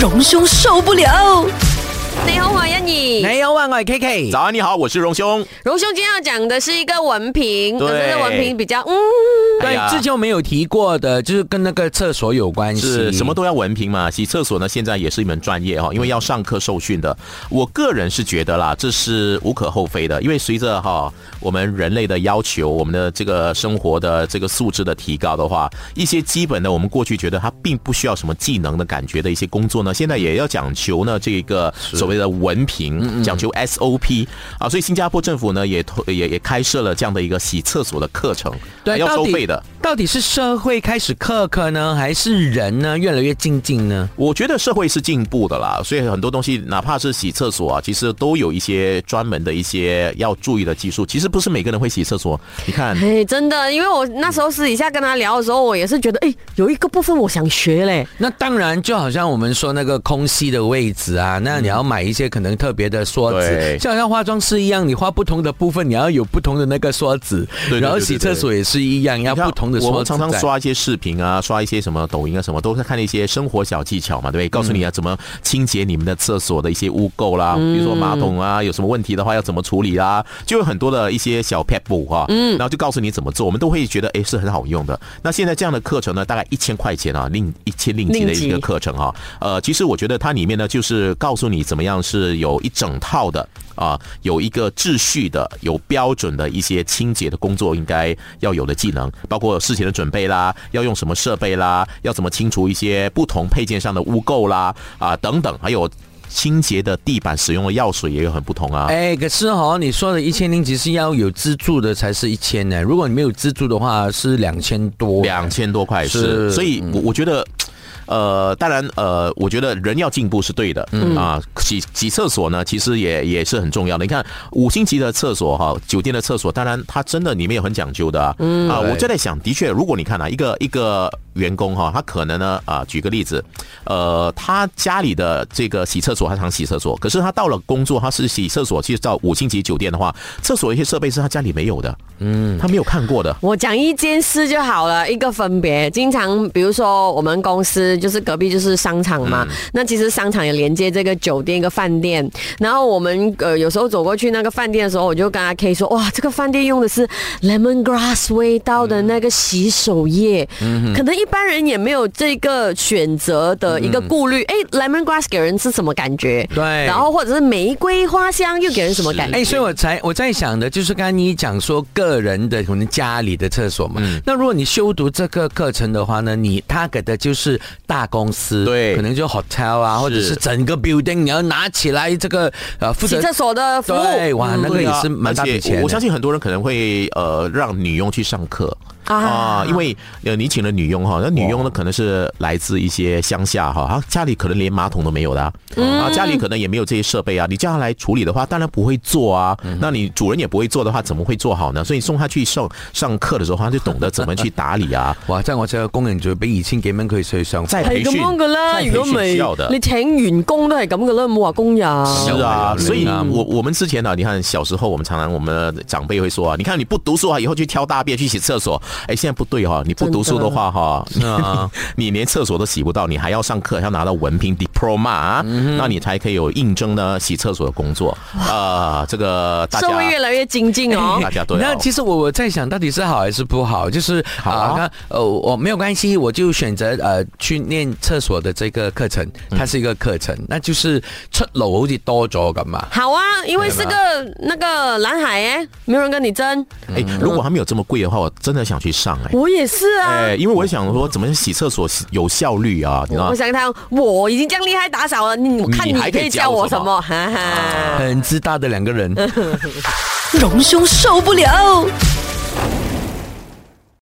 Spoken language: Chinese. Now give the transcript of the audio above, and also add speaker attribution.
Speaker 1: 荣兄受不了。
Speaker 2: 你好，我欣怡。
Speaker 3: 没有啊，我系 K K。
Speaker 4: 早安，你好，我是荣兄。
Speaker 2: 荣兄今天要讲的是一个文凭，
Speaker 4: 对
Speaker 2: 可是文凭比较嗯，
Speaker 4: 哎
Speaker 3: 对
Speaker 4: 呀，
Speaker 3: 之前我们有提过的，就是跟那个厕所有关系，
Speaker 4: 是什么都要文凭嘛？洗厕所呢，现在也是一门专业哈、因为要上课受训的。我个人是觉得啦，这是无可厚非的，因为随着哈、我们人类的要求，我们的这个生活的这个素质的提高的话，一些基本的我们过去觉得它并不需要什么技能的感觉的一些工作呢，现在也要讲求呢这个所谓的文凭，讲究 SOP 啊，所以新加坡政府呢也投也也开设了这样的一个洗厕所的课程，
Speaker 3: 对，
Speaker 4: 要收
Speaker 3: 到底
Speaker 4: 费的。。
Speaker 3: 到底是社会开始苛刻呢，还是人呢越来越精进呢？
Speaker 4: 我觉得社会是进步的啦，所以很多东西，哪怕是洗厕所啊，其实都有一些专门的一些要注意的技术。其实不是每个人会洗厕所，你看。
Speaker 2: 哎，真的，因为我那时候私底下跟他聊的时候，我也是觉得，哎，有一个部分我想学嘞。
Speaker 3: 那当然，就好像我们说那个空隙的位置啊，那你要买一些可能特别的刷子
Speaker 4: 对，
Speaker 3: 就好像化妆师一样，你画不同的部分，你要有不同的那个刷子，
Speaker 4: 对对
Speaker 3: 然后
Speaker 4: 对对
Speaker 3: 洗
Speaker 4: 对
Speaker 3: 厕所也是一样，要
Speaker 4: 你看
Speaker 3: 不同的
Speaker 4: 我
Speaker 3: 刷
Speaker 4: 们
Speaker 3: 子
Speaker 4: 常常
Speaker 3: 在
Speaker 4: 刷一些视频啊，刷一些什么抖音啊，什么都是看一些生活小技巧嘛，对不对？告诉
Speaker 3: 嗯
Speaker 4: 你啊，怎么清洁你们的厕所的一些污垢啦，比如说马桶啊，有什么问题的话要怎么处理啦，就有很多的一些小 p e p 啊，嗯，然后就告诉你怎么做，我们都会觉得哎是很好用的。那现在这样的课程呢，大概一千块钱啊，另一千令吉的
Speaker 2: 令吉
Speaker 4: 一个课程啊，呃，其实我觉得它里面呢，就是告诉你怎么样是有一整套的。啊，有一个秩序的、有标准的一些清洁的工作应该要有的技能，包括事前的准备啦，要用什么设备啦，要怎么清除一些不同配件上的污垢啦，啊等等，还有清洁的地板使用的药水也有很不同啊。
Speaker 3: 哎，可是哦，你说的一千零几是要有资助的才是一千呢，如果你没有资助的话是两千多。
Speaker 4: 两千多块
Speaker 3: 是
Speaker 4: 是，嗯所以我我觉得。呃，当然，呃，我觉得人要进步是对的，嗯啊，洗洗厕所呢，其实也也是很重要的。你看五星级的厕所哈，酒店的厕所，当然它真的里面有很讲究的啊。嗯啊，
Speaker 3: 对
Speaker 4: 我就在想，的确，如果你看啊，一个一个员工哈，他可能呢啊，举个例子，呃，他家里的这个洗厕所，他常洗厕所，可是他到了工作，他是洗厕所，去到五星级酒店的话，厕所有一些设备是他家里没有的，嗯，他没有看过的。
Speaker 2: 我讲一件事就好了，一个分别。经常比如说我们公司就是隔壁就是商场嘛，
Speaker 3: 嗯
Speaker 2: 那其实商场也连接这个酒店一个饭店。然后我们呃有时候走过去那个饭店的时候，我就跟阿 K 说，哇，这个饭店用的是 lemon grass 味道的那个洗手液，
Speaker 3: 嗯
Speaker 2: 可能一般人也没有这个选择的一个顾虑。哎、l e m o n grass 给人是什么感觉？
Speaker 3: 嗯对
Speaker 2: 然后或者是玫瑰花香又给人什么感觉？
Speaker 3: 哎，所以我才我在想的就是刚刚你讲说个人的可能家里的厕所嘛，
Speaker 4: 嗯
Speaker 3: 那如果你修读这个课程的话呢，你他给的就是大公司，
Speaker 4: 对
Speaker 3: 可能就 hotel 啊，或者是整个 building 你要拿起来这个呃负
Speaker 2: 洗
Speaker 3: 责
Speaker 2: 厕所的服务，
Speaker 3: 对哇，那个
Speaker 4: 对
Speaker 3: 也
Speaker 4: 啊
Speaker 3: 是蛮大
Speaker 4: 而且
Speaker 3: 笔钱的
Speaker 4: 我相信很多人可能会呃让女佣去上课。啊，因为呃，你请了女佣哈，那女佣呢可能是来自一些乡下哈，她家里可能连马桶都没有的啊，
Speaker 3: 嗯
Speaker 4: 啊，家里可能也没有这些设备啊，你叫她来处理的话，当然不会做啊，
Speaker 3: 嗯
Speaker 4: 那你主人也不会做的话，怎么会做好呢？所以送她去上上课的时候，她就懂得怎么去打理 啊，
Speaker 3: 哇，即係我就工人就俾二千幾蚊佢去上課。
Speaker 4: 再培
Speaker 2: 系咁
Speaker 4: 训
Speaker 2: 样噶啦，
Speaker 4: 再培
Speaker 2: 如果唔
Speaker 4: 训需要
Speaker 2: 係
Speaker 4: 的
Speaker 2: 你請員工都係咁噶啦，冇話工人。
Speaker 4: 是啊，
Speaker 3: 有
Speaker 4: 所以
Speaker 3: 有有
Speaker 4: 我我们之前呢、啊你看小时候我们常常我们的长辈会说啊，你看你不读书啊，以后去挑大便去洗厕所。哎，现在不对哈、你不读书的话哈、 你连厕所都洗不到，你还要上课，还要拿到文凭 diploma，、啊那你才可以有应征呢洗厕所的工作。啊，这个大家
Speaker 2: 社会越来越精进哦。
Speaker 4: 大家都要
Speaker 3: 那其实我我在想到底是好还是不好，就是
Speaker 4: 好啊
Speaker 3: 那呃我没有关系，我就选择呃去念厕所的这个课程，
Speaker 4: 嗯
Speaker 3: 它是一个课程，那就是出路好似多咗咁啊。
Speaker 2: 好啊，因为是个那个蓝海哎，没有人跟你争。
Speaker 4: 哎，如果还没有这么贵的话，我真的想去上哎、
Speaker 2: 我也是啊，
Speaker 4: 哎，因为我想说，怎么洗厕所有效率啊？你知道
Speaker 2: 我
Speaker 4: 吗？
Speaker 2: 想看我已经这样厉害打扫了，你我看
Speaker 4: 你
Speaker 2: 你
Speaker 4: 还
Speaker 2: 可
Speaker 4: 可以
Speaker 2: 以教
Speaker 4: 教
Speaker 2: 我
Speaker 4: 我
Speaker 2: 什
Speaker 4: 什
Speaker 2: 么？
Speaker 4: 么
Speaker 2: 哈哈。
Speaker 3: 很自大的两个人。
Speaker 1: 荣兄受不了。